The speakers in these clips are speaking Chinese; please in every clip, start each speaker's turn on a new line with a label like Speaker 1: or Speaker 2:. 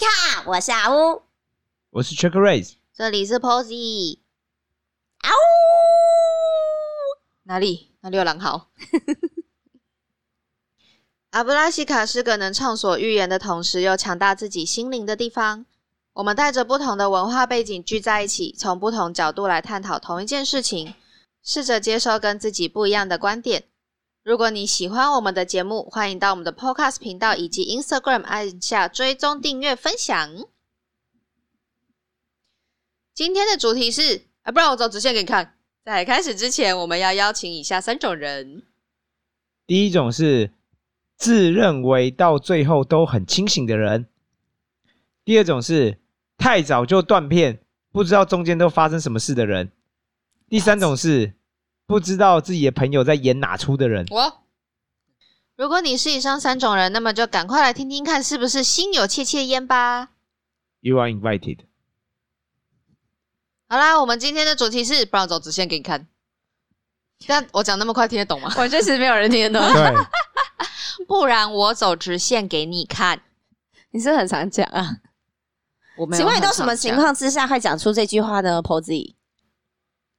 Speaker 1: 塔，我是阿乌，
Speaker 2: 我是 Chuck Race，
Speaker 1: 这里是 Posy。啊呜！
Speaker 3: 哪里？哪里有狼嚎？ 阿布拉西卡是个能畅所欲言的同时又强大自己心灵的地方。我们带着不同的文化背景聚在一起，从不同角度来探讨同一件事情，试着接受跟自己不一样的观点。如果你喜欢我们的节目，欢迎到我们的 Podcast 频道以及 Instagram 按下追踪、订阅、分享。今天的主题是啊，不然我走直线给你看。在开始之前，我们要邀请以下三种人。
Speaker 2: 第一种是自认为到最后都很清醒的人；第二种是太早就断片，不知道中间都发生什么事的人；第三种是不知道自己的朋友在演哪出的人。
Speaker 3: 我，如果你是以上三种人，那么就赶快来听听看，是不是心有戚戚焉吧。
Speaker 2: You are invited。
Speaker 3: 好啦，我们今天的主题是，不然我走直线给你看。但我讲那么快听得懂 吗？
Speaker 4: 我确实没有人听得懂。
Speaker 2: 对，
Speaker 3: 不然我走直线给你看。
Speaker 4: 你是不是很常讲啊？
Speaker 3: 我没有
Speaker 1: 请问你
Speaker 3: 很
Speaker 1: 到什
Speaker 3: 常
Speaker 1: 么
Speaker 3: 讲
Speaker 1: 情？况之下会讲出这句话呢，Posy？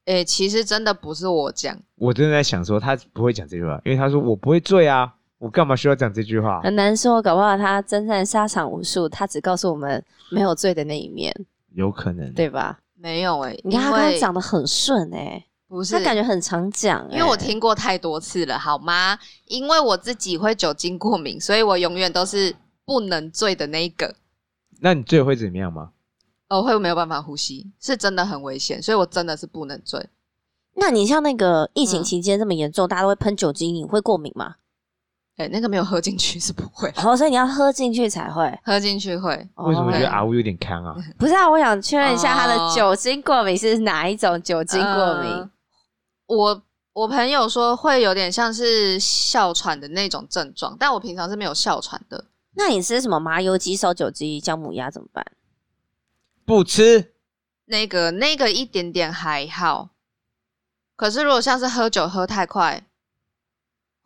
Speaker 3: 诶、其实真的不是我讲，
Speaker 2: 我真的在想说他不会讲这句话，因为他说我不会醉啊，我干嘛需要讲这句话？
Speaker 4: 很难说，搞不好他真正沙场无数，他只告诉我们没有醉的那一面，
Speaker 2: 有可能。
Speaker 4: 对吧？
Speaker 3: 没有诶、
Speaker 4: 你看他
Speaker 3: 因
Speaker 4: 刚
Speaker 3: 为
Speaker 4: 刚讲的很顺哎、
Speaker 3: 不是
Speaker 4: 他感觉很常讲、
Speaker 3: 因为我
Speaker 4: 欸
Speaker 3: 听过太多次了，好吗？因为我自己会酒精过敏，所以我永远都是不能醉的那一个，
Speaker 2: 那你醉会怎么样吗？
Speaker 3: 我会没有办法呼吸，是真的很危险，所以我真的是不能醉。
Speaker 4: 那你像那个
Speaker 1: 疫情期间这么严重，大家都会喷酒精，你会过敏吗？
Speaker 3: 哎、那个没有喝进去是不会，
Speaker 4: 哦，所以你要喝进去才会。
Speaker 3: 喝进去会。
Speaker 2: 为什么
Speaker 4: 哦
Speaker 2: 觉得
Speaker 3: 嗯
Speaker 2: 阿乌有点康啊？
Speaker 4: 不是啊，我想确认一下他
Speaker 3: 哦
Speaker 4: 的酒精过敏是哪一种酒精过敏？
Speaker 3: 呃我我朋友说会有点像是哮喘的那种症状，但我平常是没有哮喘的。
Speaker 1: 那你吃什么麻油鸡、烧酒鸡、姜母鸭怎么办？
Speaker 2: 不吃，
Speaker 3: 那个那个一点点还好，可是如果像是喝酒喝太快，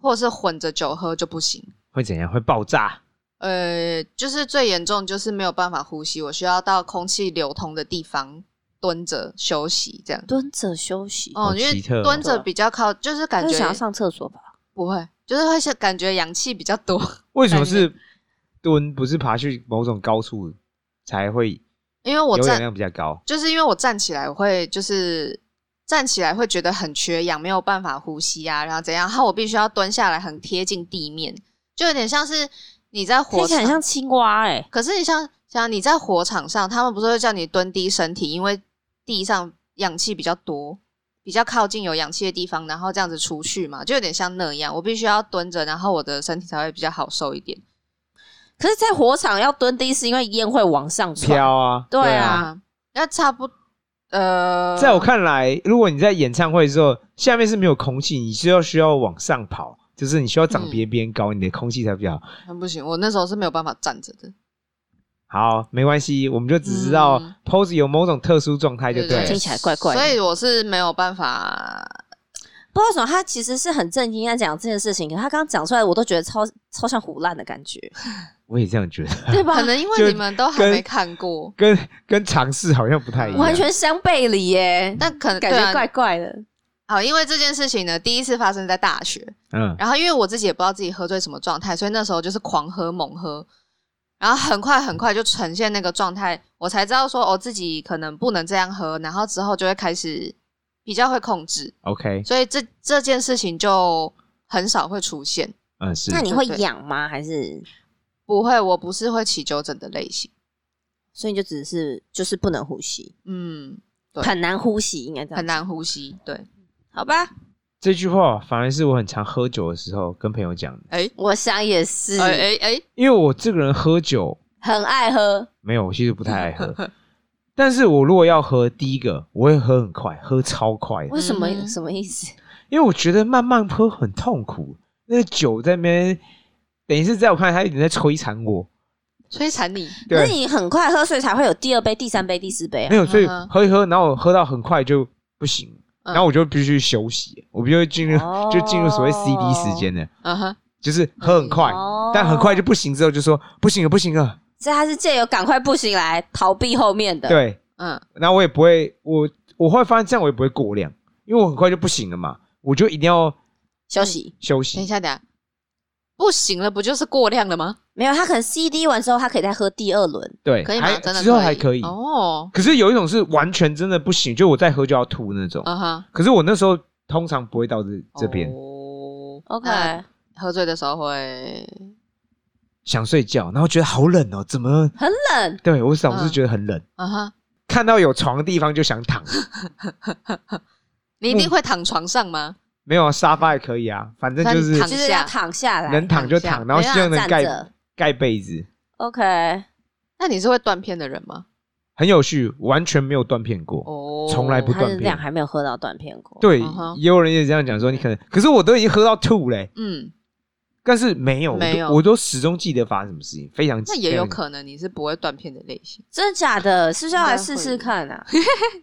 Speaker 3: 或者是混着酒喝就不行。
Speaker 2: 会怎样？会爆炸？
Speaker 3: 呃，就是最严重就是没有办法呼吸，我需要到空气流通的地方蹲着休息这样。
Speaker 1: 蹲着休息，
Speaker 3: 哦，
Speaker 2: 好
Speaker 3: 因为
Speaker 2: 奇特哦
Speaker 3: 蹲着比较靠，就是感
Speaker 1: 就
Speaker 3: 觉
Speaker 1: 是想要上厕所吧？
Speaker 3: 不会，就是会是感觉氧气比较多。
Speaker 2: 为什么是蹲？不是爬去某种高处才会
Speaker 3: 因为我
Speaker 2: 有氧
Speaker 3: 站，
Speaker 2: 量比较高？
Speaker 3: 就是因为我站起来，我会就是站起来会觉得很缺氧，没有办法呼吸啊，然后怎样？然后我必须要蹲下来，很贴近地面，就有点像是你在火
Speaker 1: 听起
Speaker 3: 场
Speaker 1: 来很像青蛙哎、
Speaker 3: 可是你像像你在火场上，他们不是会叫你蹲低身体，因为地上氧气比较多，比较靠近有氧气的地方，然后这样子出去嘛，就有点像那样。我必须要蹲着，然后我的身体才会比较好受一点。
Speaker 1: 可是，在火场要蹲低是因为烟会往上窜，
Speaker 2: 飘啊！
Speaker 1: 对啊，
Speaker 3: 那差不呃，
Speaker 2: 在我看来，如果你在演唱会的时候，下面是没有空气，你需要需要往上跑，就是你需要长别别人高，你的空气才比较好。
Speaker 3: 看不行，我那时候是没有办法站着的。
Speaker 2: 好，没关系，我们就只知道
Speaker 3: 嗯
Speaker 2: pose 有某种特殊状态就对
Speaker 3: 对
Speaker 2: 了
Speaker 1: 听。起来怪怪的。
Speaker 3: 所以我是没有办法，
Speaker 1: 不知道为什么，他其实是很震惊在讲这件事情，可他刚刚讲出来，我都觉得超超像胡烂的感觉，
Speaker 2: 我也这样觉得，
Speaker 1: 对吧
Speaker 3: 可？能因
Speaker 2: 就
Speaker 3: 为你们都还
Speaker 2: 跟
Speaker 3: 没看过，
Speaker 2: 跟跟尝试好像不太一样。
Speaker 4: 完全相背离耶、
Speaker 3: 但可能
Speaker 4: 感
Speaker 3: 对
Speaker 4: 觉
Speaker 3: 啊
Speaker 4: 怪怪的。
Speaker 3: 好，因为这件事情呢，第一次发生在大学，
Speaker 2: 嗯，
Speaker 3: 然后因为我自己也不知道自己喝醉什么状态，所以那时候就是狂喝猛喝，然后很快很快就呈现那个状态，我才知道说哦自己可能不能这样喝，然后之后就会开始比较会控制，
Speaker 2: OK，
Speaker 3: 所以这这件事情就很少会出现。
Speaker 2: 嗯是
Speaker 1: 那。你会
Speaker 3: 对对啊
Speaker 1: 痒吗？还是
Speaker 3: 不会，我不是会起酒疹的类型，
Speaker 1: 所以你就只是就是不能呼吸，
Speaker 3: 嗯，对
Speaker 1: 很难呼吸，应该这样
Speaker 3: 很难呼吸，对，
Speaker 1: 讲，好吧？
Speaker 2: 这句话反而是我很常喝酒的时候跟朋友讲的，
Speaker 3: 哎
Speaker 4: 我想也是
Speaker 3: 哎哎哎，
Speaker 2: 因为我这个人喝酒
Speaker 4: 很爱喝，
Speaker 2: 没有，我其实不太爱喝。但是我如果要喝，第一个我会喝很快，喝超快的，
Speaker 4: 为什么、
Speaker 3: 嗯
Speaker 4: 什么意思？
Speaker 2: 因为我觉得慢慢喝很痛苦。那个酒在那边，等于是在我看来，他有点在摧残我。
Speaker 3: 摧残你，
Speaker 1: 可
Speaker 2: 对
Speaker 1: 是，你很快喝，所以才会有第二杯、第三杯、第四杯
Speaker 2: 没
Speaker 1: 啊。
Speaker 2: 有，所以
Speaker 3: 嗯哼
Speaker 2: 喝一喝，然后我喝到很快就不行，
Speaker 3: 嗯
Speaker 2: 然后我就必须休息，我必须进入
Speaker 1: 哦
Speaker 2: 就进入所谓 CD 时间了，
Speaker 3: 嗯哼，
Speaker 2: 就是喝很快，
Speaker 1: 哦
Speaker 2: 但很快就不行之后就说不行了，不行了，
Speaker 1: 所以他是借由赶快步行来逃避后面的。，
Speaker 2: 对，
Speaker 3: 嗯，
Speaker 2: 那我也不会，我我会发现这样我也不会过量，因为我很快就不行了嘛，我就一定要
Speaker 1: 休息
Speaker 2: 休
Speaker 3: 等一
Speaker 2: 息。
Speaker 3: 下，等一下，不行了，不就是过量了吗？
Speaker 1: 没有，他可能 CD 完之后，他可以再喝第二轮。
Speaker 2: 对，
Speaker 3: 可以吗？
Speaker 2: 还
Speaker 3: 真的
Speaker 2: 之后还可以。
Speaker 3: 哦，
Speaker 2: 可是有一种是完全真的不行，就我再喝就要吐那种。
Speaker 3: 嗯哼，
Speaker 2: 可是我那时候通常不会到这这边，
Speaker 3: 哦
Speaker 1: OK，、
Speaker 3: 那喝醉的时候会，
Speaker 2: 想睡觉，然后觉得好冷哦，怎么？
Speaker 1: 很冷，
Speaker 2: 对我总是觉得很冷，
Speaker 3: 嗯哼，
Speaker 2: 看到有床的地方就想躺。
Speaker 3: 你一定会躺床上吗？
Speaker 2: 没有啊，沙发也可以啊，反正就是
Speaker 3: 躺
Speaker 1: 就是要躺下来，
Speaker 2: 能躺就躺，
Speaker 3: 躺下
Speaker 2: 然后希望
Speaker 1: 没
Speaker 2: 能
Speaker 1: 办法站
Speaker 2: 盖
Speaker 1: 着。
Speaker 2: 盖被子，
Speaker 1: OK，
Speaker 3: 那你是会断片的人吗？
Speaker 2: 很有趣，完全没有断片过。
Speaker 3: 哦，
Speaker 2: 从来不
Speaker 1: 他
Speaker 2: 断
Speaker 1: 是
Speaker 2: 片
Speaker 1: 量还没有喝到断片过。
Speaker 2: 对
Speaker 3: 嗯哼，
Speaker 2: 也有人也这样讲说，你可能，可是我都已经喝到吐嘞，
Speaker 3: 嗯，
Speaker 2: 但是没有，我都
Speaker 3: 没有
Speaker 2: 我都始终记得发生什么事情，非常
Speaker 3: 那也有
Speaker 2: 非常
Speaker 3: 可能你是不会断片的类型，
Speaker 1: 真的假的？是不是要
Speaker 3: 应
Speaker 1: 来
Speaker 3: 该会
Speaker 1: 试试看啊？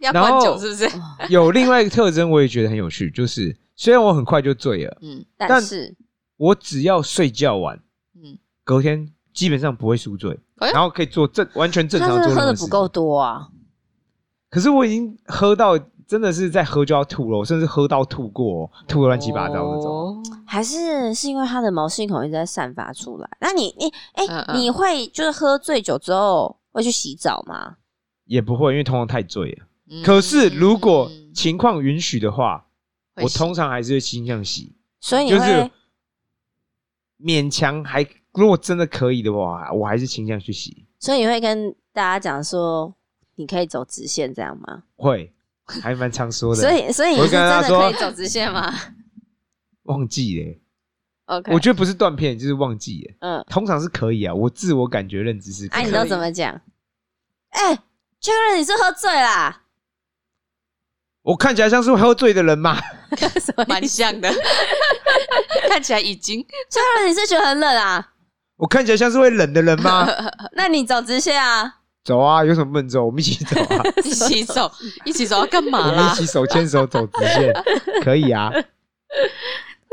Speaker 3: 要
Speaker 2: 然后
Speaker 3: 灌酒是 不是？
Speaker 2: 有另外一个特征，我也觉得很有趣，就是虽然我很快就醉了，
Speaker 3: 嗯
Speaker 1: 但
Speaker 2: 但
Speaker 1: 是
Speaker 2: 我只要睡觉完，
Speaker 3: 嗯，
Speaker 2: 隔天基本上不会宿醉，
Speaker 3: 哎
Speaker 2: 然后可以做正完全正
Speaker 1: 他
Speaker 2: 常
Speaker 1: 是
Speaker 2: 做
Speaker 1: 不是
Speaker 2: 任
Speaker 1: 喝
Speaker 2: 何
Speaker 1: 的
Speaker 2: 事
Speaker 1: 不
Speaker 2: 情。
Speaker 1: 够多啊。
Speaker 2: 可是我已经喝到真的是在喝就要吐了，我甚至喝到吐过哦，吐的乱七八糟那种。
Speaker 3: 哦
Speaker 1: 还是是因为他的毛细孔一直在散发出来。那你你哎、
Speaker 3: 嗯嗯
Speaker 1: 你会就是喝醉酒之后会去洗澡吗？
Speaker 2: 也不会，因为通常太醉了。
Speaker 3: 嗯
Speaker 2: 可是如果
Speaker 3: 嗯
Speaker 2: 情况允许的话，
Speaker 3: 会
Speaker 2: 我
Speaker 3: 洗
Speaker 2: 通常还是会倾向洗，
Speaker 1: 所以你
Speaker 2: 就
Speaker 1: 会、
Speaker 2: 是勉强还。如果真的可以的话，我还是倾向去洗。
Speaker 1: 所以你会跟大家讲说你可以走直线这样吗？
Speaker 2: 会，还蛮常说的。
Speaker 1: 所以所以
Speaker 2: 我
Speaker 1: 你
Speaker 2: 会
Speaker 1: 是
Speaker 2: 跟
Speaker 1: 真
Speaker 2: 他
Speaker 1: 的
Speaker 2: 说
Speaker 1: 可以走直线吗
Speaker 2: 忘记了欸、
Speaker 1: ？OK，
Speaker 2: 我觉得不是断片，就是忘记了。
Speaker 1: 嗯，
Speaker 2: 通常是可以啊，我自我感觉认知是可
Speaker 1: 哎、
Speaker 2: 以。
Speaker 1: 你都
Speaker 3: 可以
Speaker 1: 怎么讲？哎、确认你是喝醉啦，
Speaker 2: 我看起来像是喝醉的人嘛？
Speaker 1: 什么
Speaker 3: 蛮
Speaker 1: 意思
Speaker 3: 像的， 看起来已经
Speaker 1: 确认你是觉得很冷啊？
Speaker 2: 我看起来像是会冷的人吗？
Speaker 1: 那你走直线啊？
Speaker 2: 走啊，有什么不能走？我们一起走啊！
Speaker 3: 一起走，一起走要干嘛
Speaker 2: 我们一
Speaker 3: 啦？
Speaker 2: 起手牵手走直线，可以啊。
Speaker 1: 为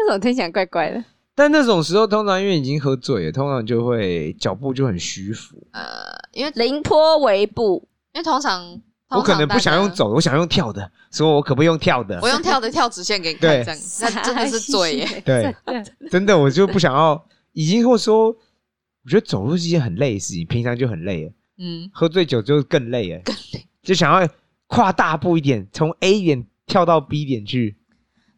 Speaker 1: 什么听起来怪怪的？
Speaker 2: 但那种时候，通常因为已经喝醉了，通常就会脚步就很虚浮。
Speaker 3: 呃，因为
Speaker 1: 凌波微 步，
Speaker 3: 因为通常
Speaker 2: 我可能不想用
Speaker 3: 走，
Speaker 2: 走，我想用跳的，所以我可不可以用跳的
Speaker 3: 我？用跳的跳直线给你看，
Speaker 2: 对
Speaker 3: 这样那真的是醉耶。
Speaker 2: 对，真的，我就不想要。已经或说，我觉得走路是一件很累的事情，平常就很累了。
Speaker 3: 嗯，
Speaker 2: 喝醉酒就更累了，更累，就想要跨大步一点，从 A 点跳到 B 点去。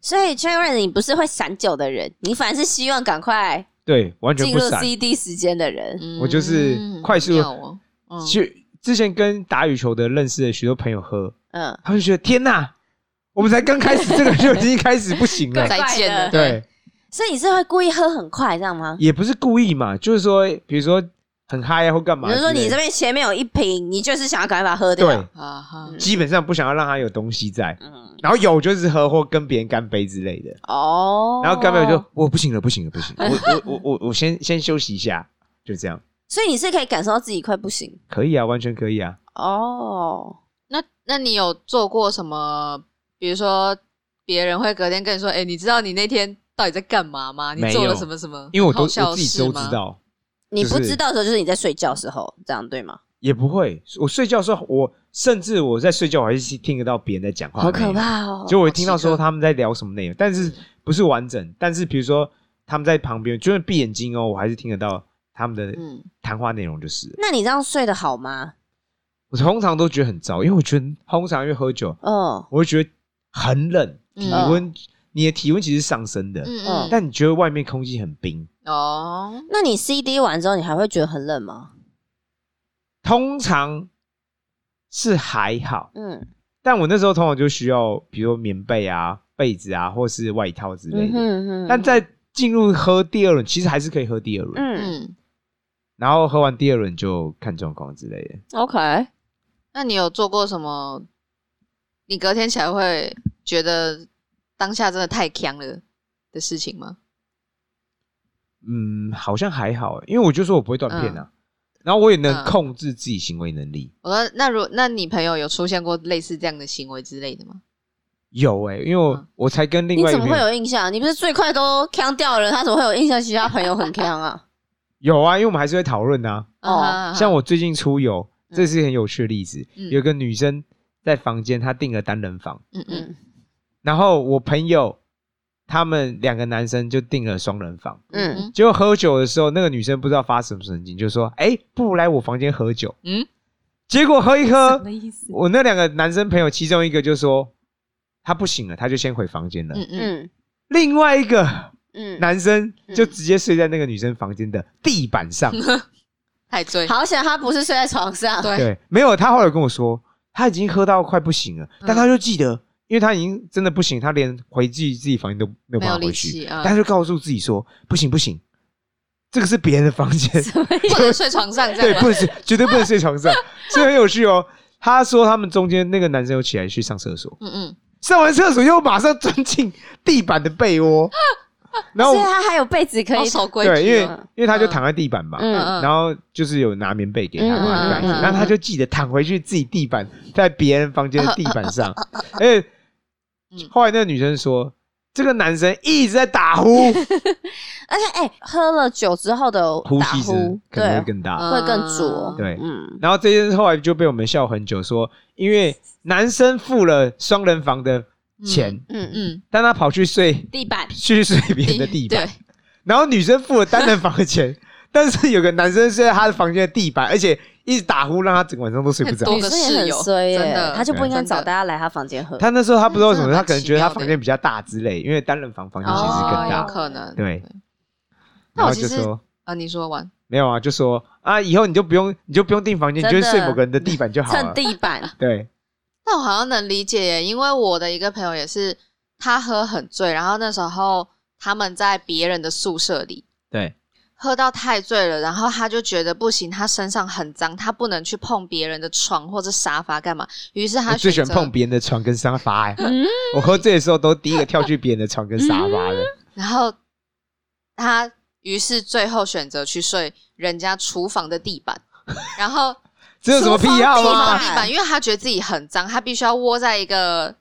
Speaker 1: 所以 c h a r 你不是会散酒的人，你反而是希望赶快
Speaker 2: 对，完全
Speaker 1: 进
Speaker 2: 不
Speaker 1: 入
Speaker 2: 闪。
Speaker 1: CD 时间的人。
Speaker 3: 嗯
Speaker 2: 我就是快速
Speaker 3: 妙哦嗯
Speaker 2: 去之前跟打羽球的认识的许多朋友喝，
Speaker 1: 嗯，
Speaker 2: 他们就觉得天哪，我们才刚开始，这个就已经开始不行 了
Speaker 1: 怪。
Speaker 3: 再见了，
Speaker 1: 怪
Speaker 2: 对，
Speaker 1: 所以你是会故意喝很快，这样吗？
Speaker 2: 也不是故意嘛，就是说，比如说很嗨啊或干嘛
Speaker 1: 比
Speaker 2: 之
Speaker 1: 如
Speaker 2: 类的。
Speaker 1: 说你这边前面有一瓶，你就是想要赶快把它喝掉。
Speaker 2: 对，
Speaker 3: 啊哈，
Speaker 2: 基本上不想要让他有东西在，
Speaker 1: 嗯，
Speaker 2: 然后有就是喝或跟别人干杯之类的。
Speaker 1: 哦。
Speaker 2: 然后干杯我就，我不行了，不行了，不行了，我我我我我先先休息一下，就这样，
Speaker 1: 所以你是可以感受到自己快不行
Speaker 2: 可以啊，完全可以啊。
Speaker 1: 哦。
Speaker 3: 那那你有做过什么？比如说别人会隔天跟你说：“哎、你知道你那天到底在干嘛吗？你
Speaker 2: 没
Speaker 3: 做了
Speaker 2: 有
Speaker 3: 什么什么？”
Speaker 2: 因为我都
Speaker 3: 好笑
Speaker 2: 我自己都
Speaker 3: 事
Speaker 2: 知
Speaker 3: 吗。
Speaker 2: 道，
Speaker 1: 你不
Speaker 2: 就是
Speaker 1: 知道的时候，就是你在睡觉的时候，这样对吗？
Speaker 2: 也不会。我睡觉的时候，我甚至我在睡觉，我还是听得到别人在讲话，
Speaker 1: 好可。怕哦！
Speaker 2: 就我听到说
Speaker 3: 好奇
Speaker 2: 他们在聊什么内容，但是不是完整。但是比如说他们在旁边，就是闭眼睛哦，我还是听得到他们的
Speaker 3: 嗯，
Speaker 2: 谈话内容，就是了。
Speaker 1: 那你这样睡得好吗？
Speaker 2: 我通常都觉得很糟，因为我觉得通常因为喝酒，
Speaker 1: 哦，
Speaker 2: 我会觉得很冷，
Speaker 3: 嗯
Speaker 2: 体温，你的体温其实是上升的，
Speaker 3: 嗯嗯
Speaker 1: 嗯，
Speaker 2: 但你觉得外面空气很冰。
Speaker 3: 哦，
Speaker 1: 那你 CD 完之后，你还会觉得很冷吗？
Speaker 2: 通常是还好，
Speaker 1: 嗯
Speaker 2: 但我那时候通常就需要，比如说棉被啊、被子啊，或是外套之类
Speaker 1: 嗯
Speaker 2: 的。
Speaker 1: 哼哼
Speaker 2: 但在进入喝第二轮，其实还是可以喝第二轮，
Speaker 1: 嗯
Speaker 3: 嗯，
Speaker 2: 然后喝完第二轮就看状况之类的。
Speaker 1: ，OK，
Speaker 3: 那你有做过什么？你隔天起来会觉得当下真的太强了的事情吗？
Speaker 2: 嗯，好像还好，因为我就说我不会断片
Speaker 1: 嗯
Speaker 2: 啊，然后我也能
Speaker 3: 嗯
Speaker 2: 控制自己行为能力。
Speaker 3: 我说，那如那你朋友有出现过类似这样的行为之类的吗？
Speaker 2: 有哎、因为我、
Speaker 3: 嗯
Speaker 2: 我才跟另
Speaker 1: 你
Speaker 2: 外一
Speaker 1: 怎
Speaker 2: 个
Speaker 1: 么
Speaker 2: 朋
Speaker 1: 会
Speaker 2: 友，
Speaker 1: 有印象？你不是最快都 c 掉的人，他怎么会有印象？其他朋友很 c 啊？
Speaker 2: 有啊，因为我们还是会讨论啊。
Speaker 1: 嗯
Speaker 3: 哦，
Speaker 2: 像我最近出游，这是一个很有趣的例子。
Speaker 3: 嗯
Speaker 2: 有一个女生在房间，她订了单人房，
Speaker 3: 嗯嗯
Speaker 2: 然后我朋友他们两个男生就订了双人房。
Speaker 1: 嗯，
Speaker 2: 结果喝酒的时候，那个女生不知道发什么神经，就说：“哎、不如来我房间喝酒。”嗯
Speaker 3: 嗯，
Speaker 2: 结果喝一
Speaker 4: 什
Speaker 2: 喝
Speaker 4: 么，意思？
Speaker 2: 我那两个男生朋友其中一个就说他不行了，他就先回房间了。
Speaker 3: 嗯嗯，
Speaker 1: 嗯
Speaker 2: 另外一个
Speaker 1: 嗯，
Speaker 2: 男生就直接睡在那个女生房间的地板上。
Speaker 3: 嗯太醉，
Speaker 1: 好险他不是睡在床上，
Speaker 3: 对，
Speaker 2: 对，没有，他后来跟我说他已经喝到快不行了，
Speaker 3: 嗯
Speaker 2: 但他就记得。因为他已经真的不行，他连回自己自己房间都没有办法
Speaker 3: 没有
Speaker 2: 回
Speaker 3: 力
Speaker 2: 去，
Speaker 3: 气嗯
Speaker 2: 但他就告诉自己说：“不行不行，这个是别人的房 间，
Speaker 1: 啊
Speaker 3: 不能睡床上这
Speaker 2: 对，
Speaker 3: 样
Speaker 2: 不
Speaker 3: 吗。
Speaker 2: 能睡，绝对不能睡床上，所以很有趣哦。他说他们中间那个男生有起来去上厕所，
Speaker 3: 嗯嗯，
Speaker 2: 上完厕所又马上钻进地板的被窝， 然后
Speaker 1: 所以他还有被子 可
Speaker 3: 好
Speaker 1: 以
Speaker 3: 守规
Speaker 2: 对，因
Speaker 3: 矩
Speaker 2: 为
Speaker 3: 哦。
Speaker 2: 因为他就躺在地板嘛，
Speaker 1: 嗯
Speaker 3: 嗯
Speaker 2: 然后就是有拿棉被给他
Speaker 1: 嗯
Speaker 2: 嘛，
Speaker 1: 嗯
Speaker 2: 盖
Speaker 1: 嗯
Speaker 2: 着然后他就记得躺回去自己地板，在别人房间的地板 上，而且
Speaker 3: 嗯
Speaker 2: 后来那个女生说。这个男生一直在打 呼，
Speaker 1: 而且哎、喝了酒之后的
Speaker 2: 呼
Speaker 1: 打
Speaker 2: 吸声
Speaker 1: 呼，
Speaker 2: 可能
Speaker 1: 对
Speaker 2: 会，更大。
Speaker 1: 会更浊。
Speaker 2: 对
Speaker 1: 嗯，
Speaker 2: 然后这件事后来就被我们笑很久说因为男生付了双人房的钱，
Speaker 1: 嗯嗯，
Speaker 3: 嗯，
Speaker 2: 但他跑去睡
Speaker 4: 地板
Speaker 2: 去睡别人的地板，
Speaker 3: 对，
Speaker 2: 然后女生付了单人房的钱，但是有个男生睡在他的房间的地板，而且一直打呼，让他整个晚上都睡不着
Speaker 3: 多。
Speaker 1: 女
Speaker 3: 个
Speaker 1: 生也
Speaker 3: 哦室
Speaker 1: 很
Speaker 3: 友
Speaker 1: 衰耶、
Speaker 3: 真的
Speaker 1: 他就不应该
Speaker 3: 真的
Speaker 1: 找大家来他房间喝。
Speaker 2: 他那时候他不知道为什么，
Speaker 3: 嗯
Speaker 2: 他可能觉得他房间比较大之类，因为单人房房间其实更
Speaker 3: 哦，
Speaker 2: 大
Speaker 3: 有。可能。
Speaker 2: 对，
Speaker 3: 那
Speaker 2: 然
Speaker 3: 我
Speaker 2: 后
Speaker 3: 其
Speaker 2: 就
Speaker 3: 实
Speaker 2: 说
Speaker 3: 啊，你说完，
Speaker 2: 没有啊，就说啊，以后你就不用你就不用订房间，你
Speaker 1: 真
Speaker 2: 就
Speaker 1: 的
Speaker 2: 睡某个人的地板就好啊
Speaker 1: 蹭
Speaker 2: 了。
Speaker 1: 地板，
Speaker 2: 对，
Speaker 3: 但我好像能理解耶，因为我的一个朋友也是，他喝很醉，然后那时候他们在别人的宿舍里。
Speaker 2: 对，
Speaker 3: 喝到太醉了，然后他就觉得不行，他身上很脏，他不能去碰别人的床或者沙发干嘛。于是他
Speaker 2: 我最哦喜
Speaker 3: 选
Speaker 2: 欢
Speaker 3: 择
Speaker 2: 碰别人的床跟沙发、欸。我喝醉的时候都第一个跳去别人的床跟沙发的。
Speaker 3: 然后他于是最后选择去睡人家厨房的地 板，然后
Speaker 2: 这有什么啊癖好
Speaker 1: 厨
Speaker 3: 地
Speaker 1: 房
Speaker 2: 吗？
Speaker 3: 板地板，因为他觉得自己很脏，他必须要窝在一个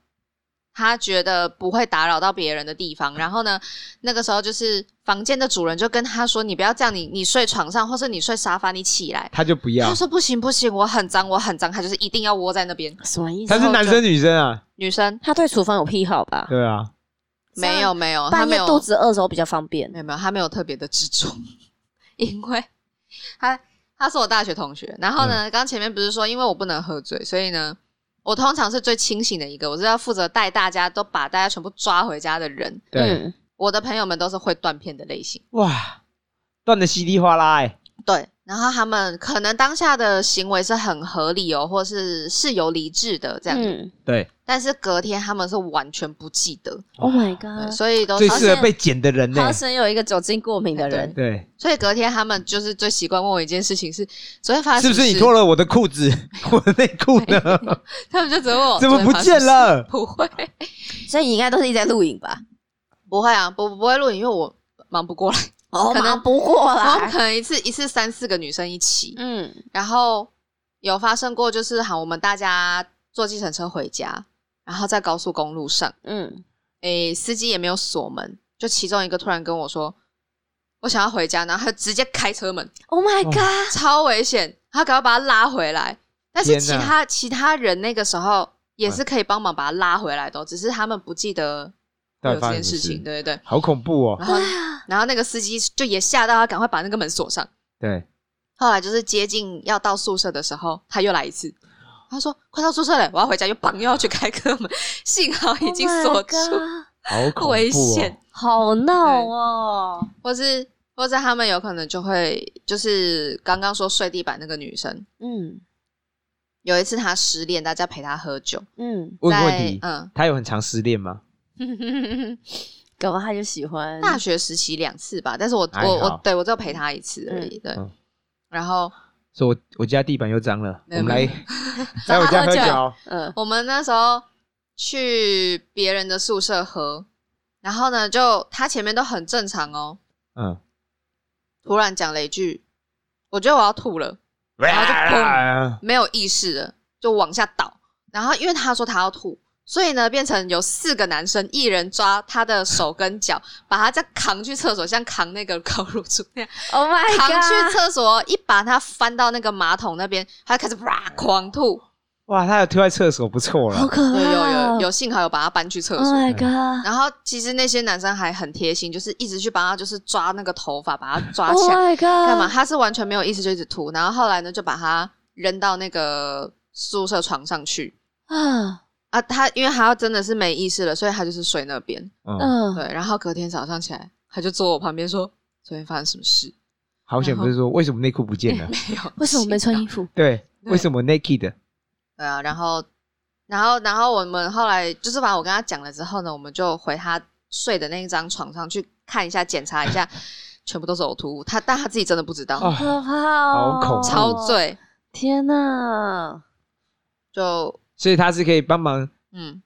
Speaker 3: 他觉得不会打扰到别人的地
Speaker 1: 嗯
Speaker 3: 方。然后呢，那个时候就是房间的主人就跟他说：“你不要这样，你你睡床上，或是你睡沙发，你起来。
Speaker 2: 他就不”要
Speaker 3: 他。说：“不行不行，我很脏，我很脏。”他就是一定要窝在那边。
Speaker 1: 什么意思
Speaker 2: 他？是男生女生啊？
Speaker 3: 女生
Speaker 1: 他对厨房有癖好吧？
Speaker 2: 对啊，
Speaker 3: 没有没有，他
Speaker 1: 半
Speaker 3: 哦没
Speaker 1: 夜
Speaker 3: 有嗯
Speaker 1: 肚子饿的时候比较方便
Speaker 3: 没。有没有，他没有特别的执着，因为他他是我大学同学。然后呢，刚前面不是说，因为我不能喝醉，所以呢，我通常是最清醒的一个，我是要负责带大家，都把大家全部抓回家的人。
Speaker 2: 对，
Speaker 1: 嗯，
Speaker 3: 我的朋友们都是会断片的类型，
Speaker 2: 哇，断的稀里哗啦哎、
Speaker 3: 对。然后他们可能当下的行为是很合理哦，或是是有理智的这样，
Speaker 1: 嗯
Speaker 2: 对
Speaker 3: 但是隔天他们是完全不记得，
Speaker 1: ，Oh my
Speaker 3: 对
Speaker 1: god！
Speaker 3: 所以都是
Speaker 2: 最适合被剪的人呢、
Speaker 1: 好险有一个酒精过敏的人，
Speaker 2: 对，
Speaker 3: 所以隔天他们就是最习惯问我一件事情是昨天发
Speaker 2: 是
Speaker 3: 生
Speaker 2: 不
Speaker 3: 什么
Speaker 2: 是
Speaker 3: 事
Speaker 2: 你脱了我的裤子，我的内裤呢？
Speaker 3: 他们就只会问我
Speaker 2: 怎么不见？了？
Speaker 3: 昨天发生什么事不会，
Speaker 1: 所以你应该都是一直在录影吧？
Speaker 3: 不会啊，不不会录影，因为我忙不 过来。
Speaker 1: 哦，
Speaker 3: 可能
Speaker 1: 忙不过
Speaker 3: 然后
Speaker 1: 来。
Speaker 3: 可能一次一次三四个女生一起，
Speaker 1: 嗯
Speaker 3: 然后有发生过，就是好，我们大家坐计程车回家，然后在高速公路上，
Speaker 1: 嗯，
Speaker 3: 诶，司机也没有锁门，就其中一个突然跟我说，我想要回家，然后他直接开车门，
Speaker 1: Oh my
Speaker 2: 哇
Speaker 1: god！
Speaker 3: 超危险，他赶快把他拉回来。但是
Speaker 2: 天
Speaker 3: 其
Speaker 2: 哪哎
Speaker 3: 他其他人那个时候也是可以帮忙把他拉回来的哦、只是他们不记得
Speaker 2: 到底
Speaker 3: 有这
Speaker 2: 发
Speaker 3: 件
Speaker 2: 生什
Speaker 3: 事
Speaker 2: 么
Speaker 3: 情，对对对。
Speaker 2: 好恐怖哦！
Speaker 3: 然后然后那个司机就也吓到他，赶快把那个门锁上。
Speaker 2: 对，
Speaker 3: 后来就是接近要到宿舍的时候，他又来一次，他说：“快到宿舍了，我要回家。”又砰，又要去开车门，幸好 已经
Speaker 1: Oh my
Speaker 3: 锁住
Speaker 1: god，
Speaker 2: 好恐怖、哦，
Speaker 3: 危险。
Speaker 1: 好闹哦！
Speaker 3: 或是或是他们有可能就会就是刚刚说睡地板那个女生，
Speaker 1: 嗯
Speaker 3: 有一次她失恋，大家陪她喝酒，
Speaker 1: 嗯，
Speaker 2: 问个
Speaker 3: 在
Speaker 2: 问题，
Speaker 3: 嗯，
Speaker 2: 他有很常失恋吗？
Speaker 1: 搞不好他就喜欢。
Speaker 3: 大学时期两次吧，但是我
Speaker 2: 还
Speaker 3: 我
Speaker 2: 好
Speaker 3: 我对我只有陪她一次而已，对
Speaker 2: 嗯。
Speaker 3: 然后
Speaker 2: 说我我家地板又脏了，我
Speaker 3: 没有
Speaker 2: 们来来
Speaker 1: 找他
Speaker 2: 我家
Speaker 1: 喝
Speaker 2: 喝
Speaker 1: 酒
Speaker 2: 酒。
Speaker 1: 嗯
Speaker 3: 我们那时候去别人的宿舍喝，然后呢，就他前面都很正常哦，
Speaker 2: 嗯，
Speaker 3: 突然讲了一句：“我觉得我要吐了。”然后就砰，没有意识了，就往下倒。然后因为他说他要吐，所以呢，变成有四个男生，一人抓他的手跟脚，把他再扛去厕所，像扛那个烤乳猪那样，
Speaker 1: Oh my
Speaker 3: 扛
Speaker 1: god！
Speaker 3: 去厕所，一把他翻到那个马桶那边，他就开始哇狂吐。
Speaker 2: 哇，他有推在厕所，不错
Speaker 1: 好
Speaker 2: 了。
Speaker 1: 可
Speaker 3: 有
Speaker 1: 怕哦！
Speaker 3: 有有有，幸好有把他搬去厕
Speaker 1: Oh
Speaker 3: 所。
Speaker 1: my god！
Speaker 3: 然后其实那些男生还很贴心，就是一直去帮他，就是抓那个头发，把他抓
Speaker 1: Oh
Speaker 3: 起来。
Speaker 1: my god！
Speaker 3: 干嘛？？他是完全没有意思，就一直吐。然后后来呢，就把他扔到那个宿舍床上去
Speaker 1: 啊，
Speaker 3: 啊。他因为他真的是没意识了，所以他就是睡那边。
Speaker 2: 嗯，
Speaker 1: 嗯，
Speaker 3: 对，然后隔天早上起来，他就坐我旁边说：“昨天发生什么事
Speaker 2: 好险不是说为什么内裤不 见了？”？
Speaker 3: 没有，
Speaker 1: 为什么没穿衣服？
Speaker 2: 对，
Speaker 3: 对
Speaker 2: 为什么 naked？
Speaker 3: 对啊，然后，然后，然后我们后来就是把我跟他讲了之后呢，我们就回他睡的那一张床上去看一下，检查一下，全部都是呕吐物。他但他自己真的不知道，
Speaker 2: 哦
Speaker 1: 可怕哦！
Speaker 2: 好恐怖啊
Speaker 3: 超！醉，
Speaker 1: 天哪！
Speaker 3: 就
Speaker 2: 所以他是可以帮忙
Speaker 3: 嗯，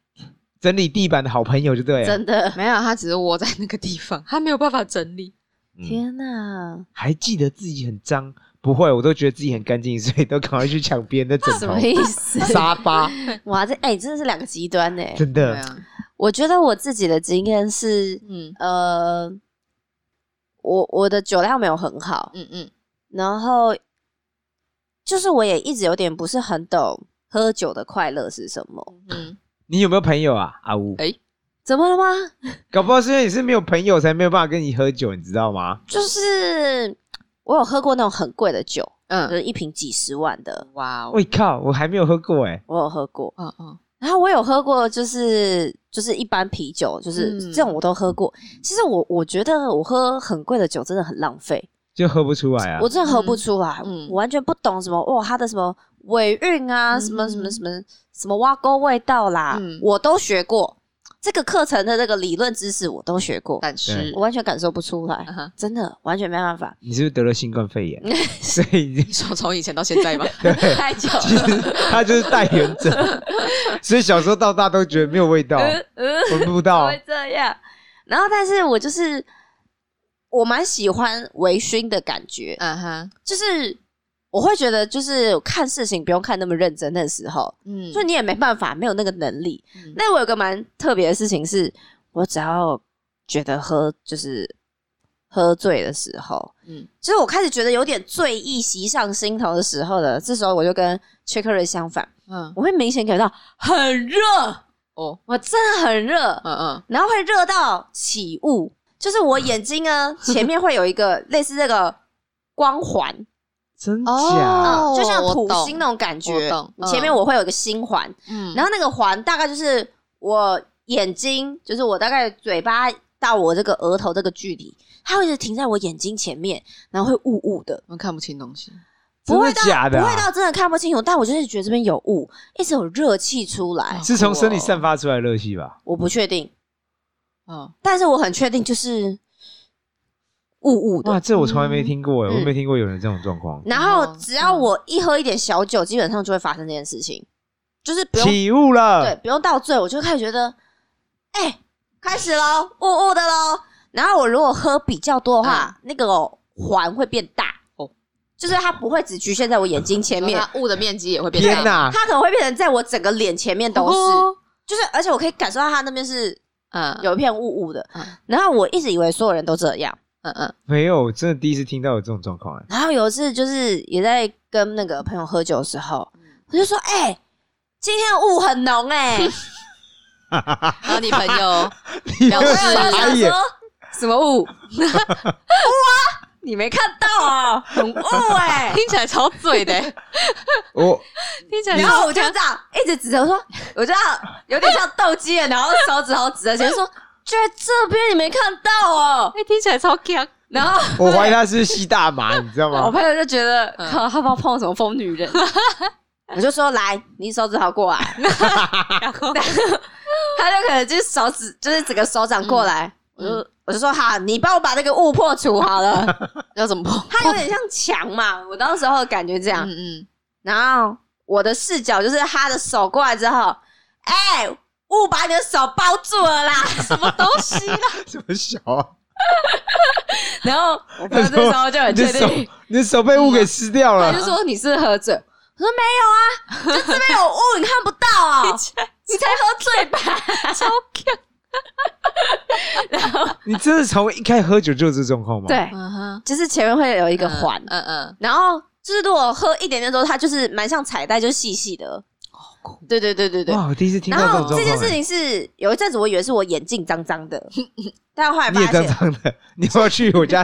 Speaker 2: 整理地板的好朋友，就对啊了。
Speaker 1: 真的，
Speaker 3: 没有，他只是窝在那个地方，他没有办法整理。
Speaker 2: 嗯
Speaker 1: 天哪！
Speaker 2: 还记得自己很脏？不会，我都觉得自己很干净，所以都赶快去抢别人的枕
Speaker 1: 什
Speaker 2: 头
Speaker 1: 么、意 思？
Speaker 2: 沙发，
Speaker 1: 哇，这哎、真的是两个极端呢、
Speaker 2: 真
Speaker 3: 对
Speaker 2: 的。
Speaker 3: 啊，
Speaker 1: 我觉得我自己的经验是，
Speaker 3: 嗯
Speaker 1: 呃，我我的酒量没有很好，
Speaker 3: 嗯嗯
Speaker 1: 然后就是我也一直有点不是很懂喝酒的快乐是什么。
Speaker 3: 嗯，
Speaker 2: 你有没有朋友啊？阿呜，
Speaker 3: 哎
Speaker 1: 怎么了吗？
Speaker 2: 搞不好是因为你是没有朋友，才没有办法跟你喝酒，你知道吗？
Speaker 1: 就是我有喝过那种很贵的酒，就
Speaker 3: 嗯，
Speaker 1: 是一瓶几十万的，
Speaker 3: 哇哦
Speaker 2: 我，靠，我还没有喝过哎、
Speaker 1: 我有喝过。
Speaker 3: 嗯嗯
Speaker 1: 然后我有喝过，就是就是一般啤酒，就是
Speaker 3: 嗯
Speaker 1: 这种我都喝过。其实我我觉得我喝很贵的酒真的很浪费，
Speaker 2: 就喝不出来啊
Speaker 1: 我。真的喝不出来，
Speaker 3: 嗯嗯
Speaker 1: 我完全不懂什么哇，它的什么尾韵啊，
Speaker 3: 嗯
Speaker 1: 什么什么什么什么挖沟味道啦，
Speaker 3: 嗯
Speaker 1: 我都学过，这个课程的那个理论知识我都学过，
Speaker 3: 但是
Speaker 2: 对
Speaker 1: 我完全感受不出来，
Speaker 3: 啊哈，
Speaker 1: 真的完全没办 法。
Speaker 2: 你是不是得了新冠 肺炎？所以你
Speaker 3: 你说从以前到现在吗？
Speaker 2: 对，
Speaker 3: 太久
Speaker 2: 其实他就是代言 者，所以小时候到大都觉得没有味道，
Speaker 1: 嗯
Speaker 2: 闻不
Speaker 1: 怎么
Speaker 2: 到。
Speaker 1: 会这样？然后，但是我就是我蛮喜欢微醺的感觉，
Speaker 3: 嗯哼，
Speaker 1: 就是我会觉得就是看事情不用看那么认真的时候，
Speaker 3: 嗯，
Speaker 1: 就你也没办法，没有那个能力。
Speaker 3: 嗯
Speaker 1: 那我有个蛮特别的事情是，我只要觉得喝就是喝醉的时候，
Speaker 3: 嗯
Speaker 1: 就是我开始觉得有点醉意袭上心头的时候呢，这时候我就跟 c h i c k e r 相反，
Speaker 3: 嗯
Speaker 1: 我会明显感觉到很热，
Speaker 3: 哦，
Speaker 1: 我真的很热，
Speaker 3: 嗯嗯
Speaker 1: 然后会热到起雾，就是我眼睛呢前面会有一个类似这个光环，
Speaker 2: 真假？
Speaker 3: 哦
Speaker 1: 就像
Speaker 3: 我
Speaker 1: 土
Speaker 3: 懂
Speaker 1: 星那种感觉
Speaker 3: 我懂。嗯
Speaker 1: 前面我会有一个星环，
Speaker 3: 嗯，
Speaker 1: 然后那个环大概就是我眼睛，就是我大概嘴巴到我这个额头这个距离，它会一直停在我眼睛前面，然后会雾雾的，
Speaker 3: 我们看不清东西。
Speaker 2: 真
Speaker 1: 不
Speaker 2: 的
Speaker 1: 会到
Speaker 2: 假的
Speaker 1: 不
Speaker 2: 啊、
Speaker 1: 会到真的看不清楚，但我就是觉得这边有雾，一直有热气出来
Speaker 3: 哦，
Speaker 2: 是从身体散发出来的热气吧？
Speaker 1: 我不确定，
Speaker 3: 嗯，
Speaker 1: 但是我很确定就是雾雾的
Speaker 2: 哇，。这我从来没听过哎、
Speaker 1: 嗯
Speaker 2: 我没听过有人这种状况。
Speaker 1: 然
Speaker 3: 然后
Speaker 1: 后只要
Speaker 3: 嗯
Speaker 1: 我一喝一点小酒，基本上就会发生这件事情，就是不用
Speaker 2: 起雾
Speaker 1: 对
Speaker 2: 了，
Speaker 1: 不用到醉，我就开始觉得，哎、开始喽，雾雾的喽。然后我如果喝比较多的话，那个环会变大
Speaker 3: 哦嗯
Speaker 1: 哦，就是它不会只局限在我眼睛前面
Speaker 3: 然，后它雾的面积也会变
Speaker 2: 天
Speaker 3: 大，
Speaker 2: 哪！
Speaker 1: 它可能会变成在我整个脸前面都是，
Speaker 3: 哦，
Speaker 1: 就是而且我可以感受到它那边是
Speaker 3: 嗯，
Speaker 1: 有一片雾雾的
Speaker 3: 嗯。
Speaker 1: 然后我一直以为所有人都这样。
Speaker 3: 嗯嗯
Speaker 2: 没有，我真的第一次听到有这种状况哎。
Speaker 1: 然后有一次就是也在跟那个朋友喝酒的时候，我就说：“哎、今天的雾很浓哎、欸。
Speaker 3: 然后你朋友
Speaker 2: 你又
Speaker 3: 了解”
Speaker 1: 我有
Speaker 2: 傻
Speaker 1: 想
Speaker 2: 眼
Speaker 1: 说，
Speaker 3: 什么雾，
Speaker 1: 你没看到啊，很雾哎、
Speaker 3: 听起来超醉 的，
Speaker 2: 我
Speaker 3: 听起来
Speaker 1: 然
Speaker 3: 超
Speaker 1: 后我就这样一直指着我说，我就这样有点像斗鸡眼，然后手指头指着 前面说：“就在这边，你没看到哦、
Speaker 3: 哎，听起来超 强，
Speaker 1: 然后
Speaker 2: 我怀疑他是吸大麻，你知道
Speaker 1: 我
Speaker 2: 吗？
Speaker 1: 朋友就觉得，
Speaker 3: 嗯
Speaker 1: 靠，他不知道碰到什么疯女人。 我就说来，你手指头过来，
Speaker 3: 然后
Speaker 1: 他就可能就是手指，就是整个手掌过来，我就我就说好，你帮我把那个雾破除好 了。
Speaker 3: 要 怎么碰？
Speaker 1: 它有点像墙嘛，我当时候的感觉这样。
Speaker 3: 嗯
Speaker 1: 然后我的视角就是他的手过来之后，哎、雾把你的手包住了啦，什么东西啦？
Speaker 2: 这么小啊！
Speaker 1: 然后我朋友这时候就很
Speaker 2: 你的
Speaker 1: 确
Speaker 2: 手
Speaker 1: 定，，
Speaker 2: 你的手被雾给湿掉
Speaker 1: 他
Speaker 2: 了
Speaker 1: 就。说你是不是喝醉？我说没有啊，就这边有雾，你看不到啊、
Speaker 4: 你才喝醉 吧？
Speaker 3: 超 Q，
Speaker 2: 你真的从一开始喝酒就是这状况吗？，
Speaker 1: 对，
Speaker 3: 嗯哼，
Speaker 1: 就是前面会有一
Speaker 3: 一
Speaker 1: 个环，
Speaker 3: 嗯嗯，
Speaker 1: 然后就是如果喝一点点之后，它就是蛮像彩带，就是细细的。
Speaker 3: 嗯
Speaker 1: 对对对对对。
Speaker 2: 哇，我第一次听
Speaker 1: 然
Speaker 2: 到这种
Speaker 1: 后
Speaker 2: 状况、
Speaker 1: 这件事
Speaker 2: 欸
Speaker 1: 情是有一阵子，我以为是我眼镜脏脏 的，但后来
Speaker 2: 你也
Speaker 1: 发
Speaker 2: 脏
Speaker 1: 现，
Speaker 2: 脏的，你要不要去我家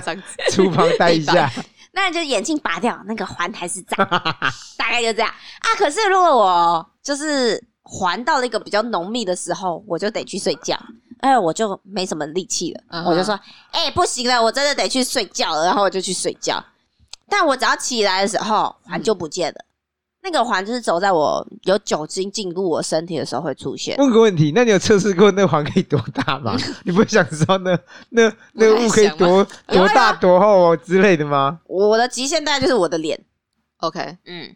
Speaker 2: 厨房待一下？
Speaker 1: 那就眼镜拔掉，那个环还是脏， 大概就这样啊。可是如果我就是环到了一个比较浓密的时候，我就得去睡觉，哎，我就没什么力气了，
Speaker 3: 嗯哼
Speaker 1: 我就说，哎、不行了，我真的得去睡觉了，然后我就去睡觉。但我只要起来的时候，环就不见
Speaker 3: 嗯
Speaker 1: 了。那个环就是走在我有酒精进入我身体的时候会出现，
Speaker 2: 问个问题，那你有测试过那环可以多大吗？你不会想知道那那那个雾可以多
Speaker 1: 我在想啊
Speaker 2: 多
Speaker 1: 嘛
Speaker 2: 大多厚哦之类的吗？
Speaker 1: 我的极限大概就是我的脸，
Speaker 3: ，OK，
Speaker 1: 嗯，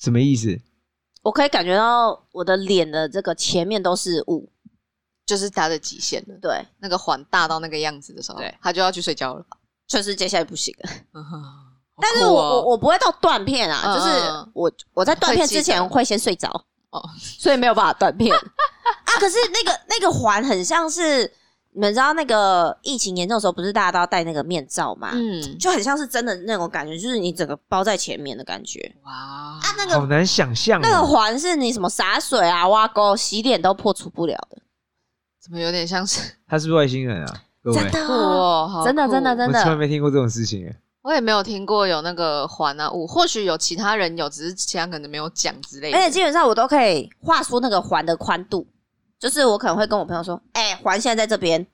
Speaker 2: 什么意思？
Speaker 1: 我可以感觉到我的脸的这个前面都是雾，
Speaker 3: 就是他的极限了。
Speaker 1: 对，
Speaker 3: 那个环大到那个样子的时候
Speaker 1: 对，
Speaker 3: 他就要去睡觉了。
Speaker 1: 就是接下来不行了。
Speaker 3: 嗯哼
Speaker 1: 但是
Speaker 3: 好酷
Speaker 1: 我
Speaker 3: 哦
Speaker 1: 我我不会到断片啊，
Speaker 3: 嗯
Speaker 1: 就是我我在断片之前
Speaker 3: 会记得
Speaker 1: 会先睡着，
Speaker 3: 哦
Speaker 1: 所以没有办法断 片啊。可是那个那个环很像是你们知道那个疫情严重的时候，不是大家都要戴那个面罩嘛，
Speaker 3: 嗯，
Speaker 1: 就很像是真的那种感觉，就是你整个包在前面的感觉
Speaker 3: 哇，
Speaker 1: 啊。那
Speaker 2: 好
Speaker 1: 个
Speaker 2: 难想象、哦。
Speaker 1: 那个环是你什么洒水啊、挖沟、洗脸都破除不了的，
Speaker 3: 怎么有点像是
Speaker 2: 他是不是外星人啊？各位，
Speaker 1: 真的
Speaker 3: 酷
Speaker 1: 啊。
Speaker 3: 哦？好
Speaker 4: 真的
Speaker 3: 酷
Speaker 4: 真的真
Speaker 2: 我从来没听过这种事情欸。
Speaker 3: 我也没有听过有那个环啊雾，或许有其他人有，只是其他可能没有讲之类的。
Speaker 1: 而且基本上我都可以画出那个环的宽度，就是我可能会跟我朋友说：“哎、环现在在这边，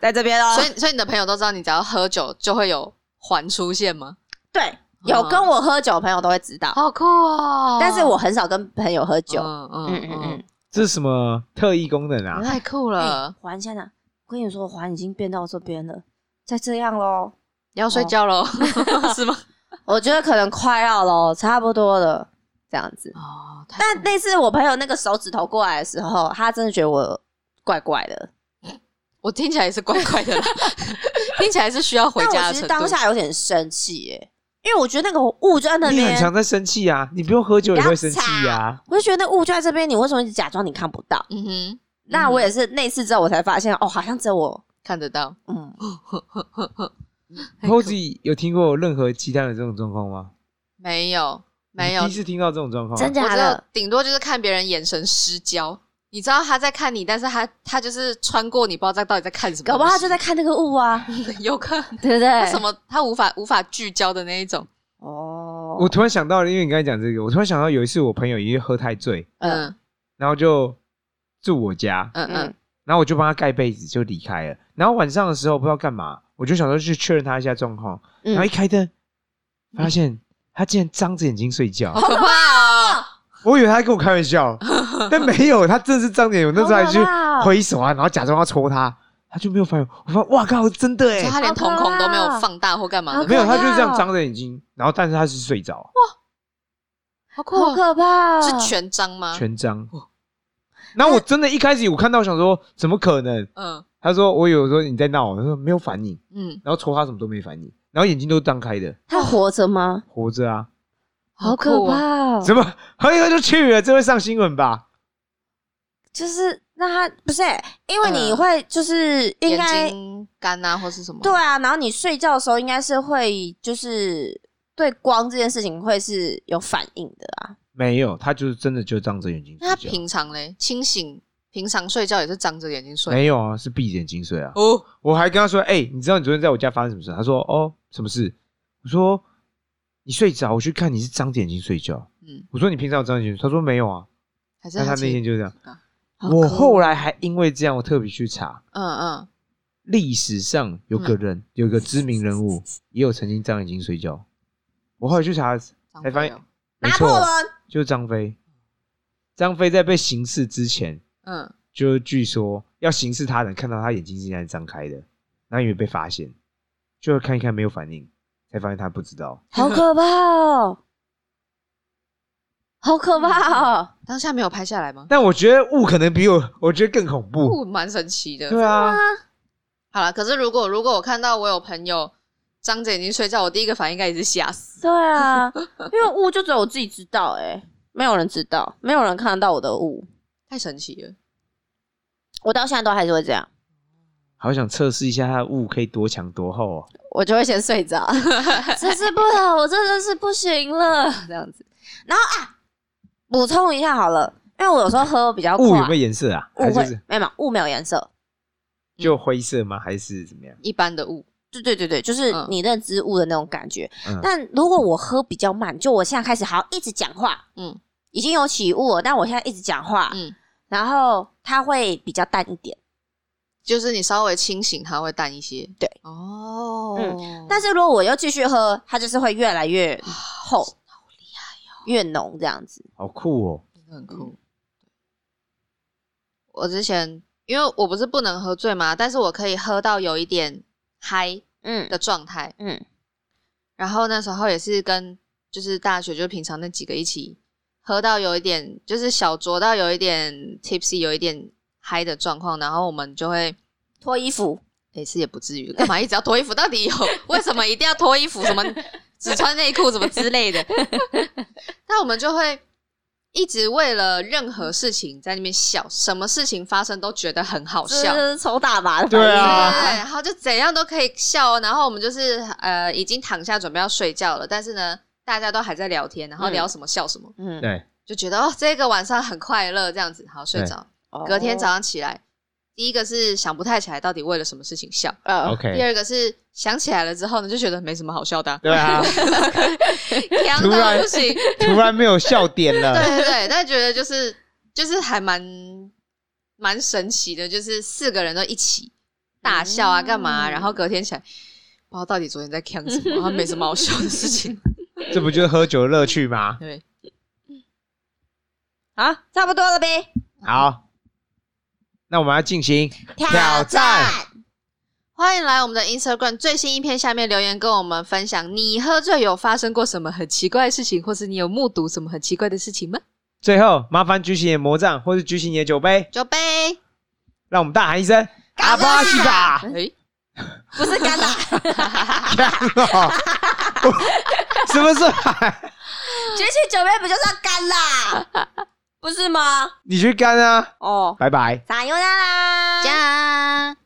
Speaker 1: 在这边哦。”
Speaker 3: 所以所以你的朋友都知道，你只要喝酒就会有环出现吗？
Speaker 1: 对，有跟我喝酒的朋友都会知道，
Speaker 3: 好酷哦！
Speaker 1: 但是我很少跟朋友喝酒。
Speaker 3: 嗯嗯
Speaker 1: 嗯嗯嗯，
Speaker 2: 这是什么特异功能啊？
Speaker 3: 太酷
Speaker 1: 哎
Speaker 3: 了，
Speaker 1: 环现在，我跟你说，环已经变到这边了，再这样喽，
Speaker 3: 要睡觉喽， 是吗？
Speaker 1: 我觉得可能快要喽，差不多了，这样子。
Speaker 3: 哦，太
Speaker 1: 但那次我朋友那个手指头过来的时候，他真的觉得我怪怪的，
Speaker 3: 我听起来也是怪怪 的啦，听起来是需要回
Speaker 1: 但
Speaker 3: 家
Speaker 1: 我
Speaker 3: 的
Speaker 1: 其
Speaker 3: 程
Speaker 1: 实
Speaker 3: 度。
Speaker 1: 当下有点生气耶，因为我觉得那个雾就在那
Speaker 2: 你很
Speaker 1: 边，
Speaker 2: 常在生气啊，你不用喝酒也会生气啊。
Speaker 1: 我就觉得那雾就在这边，你为什么一直假装你看不到？
Speaker 3: 嗯哼，
Speaker 1: 那我
Speaker 3: 也
Speaker 1: 也是那次之后，我才发现哦，好像只有我，
Speaker 3: 看得到。
Speaker 1: 嗯，
Speaker 3: 太酷
Speaker 2: Posy 有听过任何其他的这种状况吗？
Speaker 3: 没有没有
Speaker 2: 你第一，次听到这种状况。
Speaker 1: 真
Speaker 3: 我
Speaker 1: 假
Speaker 3: 只有
Speaker 1: 的？
Speaker 3: 顶多就是看别人眼神失焦，你知道他在看你，但是他他就是穿过你，不知道在到底在看什么东西。
Speaker 1: 搞不好他就在看那个雾啊，
Speaker 3: 有可能
Speaker 1: 对不
Speaker 3: 他
Speaker 1: 对？
Speaker 3: 什么他无法无法聚焦的那一种。
Speaker 1: 哦，
Speaker 2: 我突然想到了，因为你刚才讲这个，我突然想到有一次我朋友因为喝太醉，
Speaker 1: 呃
Speaker 3: 嗯
Speaker 2: 然后就住我家，
Speaker 3: 嗯嗯
Speaker 1: 嗯
Speaker 2: 然后我就帮他盖被子就离开了。然后晚上的时候不知道干嘛，我就想说去确认他一下状况，
Speaker 1: 嗯
Speaker 2: 然后一开灯，发现他竟然张着眼睛睡觉
Speaker 3: 好。可怕哦！
Speaker 2: 我以为他在跟我开玩 笑，但没有，他真的是张着眼。我那时候还去
Speaker 1: 好可怕哦
Speaker 2: 挥手啊，然后假装要戳他，他就没有反应。我发现，哇靠，真的
Speaker 3: 所以
Speaker 2: 哎，
Speaker 3: 他连瞳孔都没有放大或干嘛的，
Speaker 2: 没有，他
Speaker 1: 好可怕哦
Speaker 2: 就这样张着眼睛，然后但是他是睡着，
Speaker 3: 好酷
Speaker 1: 好
Speaker 3: 哦！
Speaker 1: 可怕、哦！
Speaker 3: 是全张吗？
Speaker 2: 全张。
Speaker 3: 哦
Speaker 2: 然后我真的一开始我看到想说，怎么可能？
Speaker 3: 嗯
Speaker 2: 他说我有时候你在闹，他说没有反应，
Speaker 3: 嗯，
Speaker 2: 然后戳他什么都没反应，然后眼睛都张开的，
Speaker 1: 他活着吗？
Speaker 2: 活着啊，
Speaker 1: 好可
Speaker 3: 酷哦！
Speaker 1: 怕、哦！
Speaker 2: 怎么喝一喝就去了？这会上新闻吧？
Speaker 1: 就是那他不是、因为你
Speaker 3: 嗯
Speaker 1: 会就是应
Speaker 3: 眼
Speaker 1: 该、
Speaker 3: 睛干啊，或是什么？
Speaker 1: 对啊，然后你睡觉的时候应该是会就是对光这件事情会是有反应的啊。
Speaker 2: 没有，他就是真的就张着眼睛
Speaker 3: 那他
Speaker 2: 睡觉，
Speaker 3: 平常嘞，清醒平常睡觉也是张着眼睛睡
Speaker 2: 没有啊，是闭着眼睛睡啊。
Speaker 3: 哦。
Speaker 2: 我还跟他说：“哎、你知道你昨天在我家发生什么事？”他说：“哦，什么事？”我说：“你睡着，我去看你是张着眼睛睡觉。”
Speaker 3: 嗯，
Speaker 2: 我说：“你平常有张着眼睛？”他说：“没有啊。
Speaker 3: 还”是
Speaker 2: 但他
Speaker 3: 其
Speaker 2: 那
Speaker 3: 实
Speaker 2: 天就是这样。
Speaker 1: 好
Speaker 2: 我
Speaker 1: 酷
Speaker 2: 后来还因为这样，我特别去查
Speaker 3: 哦嗯嗯，
Speaker 2: 历史上有个
Speaker 1: 嗯
Speaker 2: 人，有个知名人物，也有曾经张眼睛睡觉。我后来去查，
Speaker 3: 张
Speaker 2: 才
Speaker 3: 飞
Speaker 2: 发现
Speaker 3: 哦
Speaker 2: 没
Speaker 1: 拿破
Speaker 2: 错，
Speaker 1: 仑
Speaker 2: 就是张飞。张飞在被刑事之前，
Speaker 3: 嗯，
Speaker 2: 就据说要刑事他人，看到他眼睛竟然张开的，然后以为被发现，就看一看没有反应，才发现他不知道。
Speaker 1: 好可怕哦，好可怕哦！
Speaker 3: 当下没有拍下来吗？
Speaker 2: 但我觉得雾可能比我，我觉得更恐怖。
Speaker 3: 哦，蛮神奇的。
Speaker 2: 对啊，
Speaker 3: 好了，可是如果如果我看到我有朋友张着眼睛睡觉，我第一个反应应该也是吓死。
Speaker 1: 对啊，因为雾就只有我自己知道、欸，哎，没有人知道，没有人看得到我的雾。
Speaker 3: 太神奇了。
Speaker 1: 我到现在都还是会这样，
Speaker 2: 好想测试一下它的雾可以多强多厚哦。
Speaker 4: 我就会先睡 着，
Speaker 1: 这是不了，我真的是不行了。
Speaker 4: 这样子。
Speaker 1: 然后啊，补充一下好了，因为我有时候喝比较快，
Speaker 2: 雾有没有颜色啊？
Speaker 1: 雾
Speaker 2: 还
Speaker 1: 会
Speaker 2: 是
Speaker 1: 没有没有雾没有颜色，
Speaker 2: 就灰色吗？还是怎么样？
Speaker 3: 一般的雾，
Speaker 1: 对对对对，就是
Speaker 3: 嗯
Speaker 1: 你认知物的那种感觉。
Speaker 2: 嗯
Speaker 1: 但如果我喝比较慢，就我现在开始好像一直讲话，
Speaker 3: 嗯
Speaker 1: 已经有起雾了，但我现在一直讲话，
Speaker 3: 嗯，
Speaker 1: 然后它会比较淡一点。
Speaker 3: 就是你稍微清醒，它会淡一些。
Speaker 1: 对，嗯
Speaker 3: 哦，
Speaker 1: 但是如果我又继续喝，它就是会越来越
Speaker 3: 啊
Speaker 1: 厚，哦越浓这样子。
Speaker 2: 好酷哦！
Speaker 3: 真的很酷。我之前因为我不是不能喝醉嘛，但是我可以喝到有一点嗨
Speaker 1: 嗯
Speaker 3: 的状态。
Speaker 1: 嗯，
Speaker 3: 然后那时候也是跟就是大学就平常那几个一起喝到有一点就是小酌到有一点 tipsy，有一点嗨的状况，然后我们就会。
Speaker 1: 脱衣服，
Speaker 3: 也是也不至于，干嘛一直要脱衣服？到底有为什么一定要脱衣服？什么只穿内裤什么之类的？ 那我们就会一直为了任何事情在那边笑，什么事情发生都觉得很好
Speaker 1: 这
Speaker 3: 笑。
Speaker 1: 是抽大麻的反
Speaker 2: 对
Speaker 1: 应。
Speaker 3: 对，
Speaker 2: 啊
Speaker 3: 然后就怎样都可以笑哦。然后我们就是呃，已经躺下准备要睡觉了，但是呢，大家都还在聊天，然后聊什么笑什么，
Speaker 1: 嗯，
Speaker 2: 对，
Speaker 3: 就觉得哦，这个晚上很快乐，这样子好睡着。隔天早上起来，第一个是想不太起来到底为了什么事情笑，
Speaker 1: 呃，
Speaker 3: 第
Speaker 2: 哦 OK，
Speaker 3: 二个是想起来了之后呢，就觉得没什么好笑的 啊、
Speaker 2: 对 啊，
Speaker 3: 凉
Speaker 2: 突
Speaker 3: 到
Speaker 2: 然
Speaker 3: 不 行。
Speaker 2: 突然没有笑点
Speaker 3: 对
Speaker 2: 了。
Speaker 3: 对对，但觉得就是就是还蛮蛮神奇的，就是四个人都一起大笑啊，干嘛
Speaker 2: 嗯
Speaker 3: 啊、然后隔天起来，不知道到底昨天在看什 么，然后没什么好笑的事情。
Speaker 2: 这不就是喝酒的乐趣吗？
Speaker 3: 对，
Speaker 1: 好，差不多了呗。
Speaker 2: 好，那我们要进行挑战。
Speaker 3: 欢迎来我们的 Instagram 最新一篇下面留言，跟我们分享你喝醉有发生过什么很奇怪的事情，或是你有目睹什么很奇怪的事情吗？
Speaker 2: 最后，麻烦举起你的魔杖或是举起你的酒杯，
Speaker 3: 酒杯，
Speaker 2: 让我们大喊一声“阿巴西达
Speaker 3: 哎，
Speaker 1: 不是干啦，举”！
Speaker 2: 干 哦！ 什么时候喊？
Speaker 1: 起酒杯不就是要干啦，不是吗？
Speaker 2: 你去干啊！
Speaker 1: 哦，
Speaker 2: 拜拜。
Speaker 1: 撒由那啦，
Speaker 3: 加。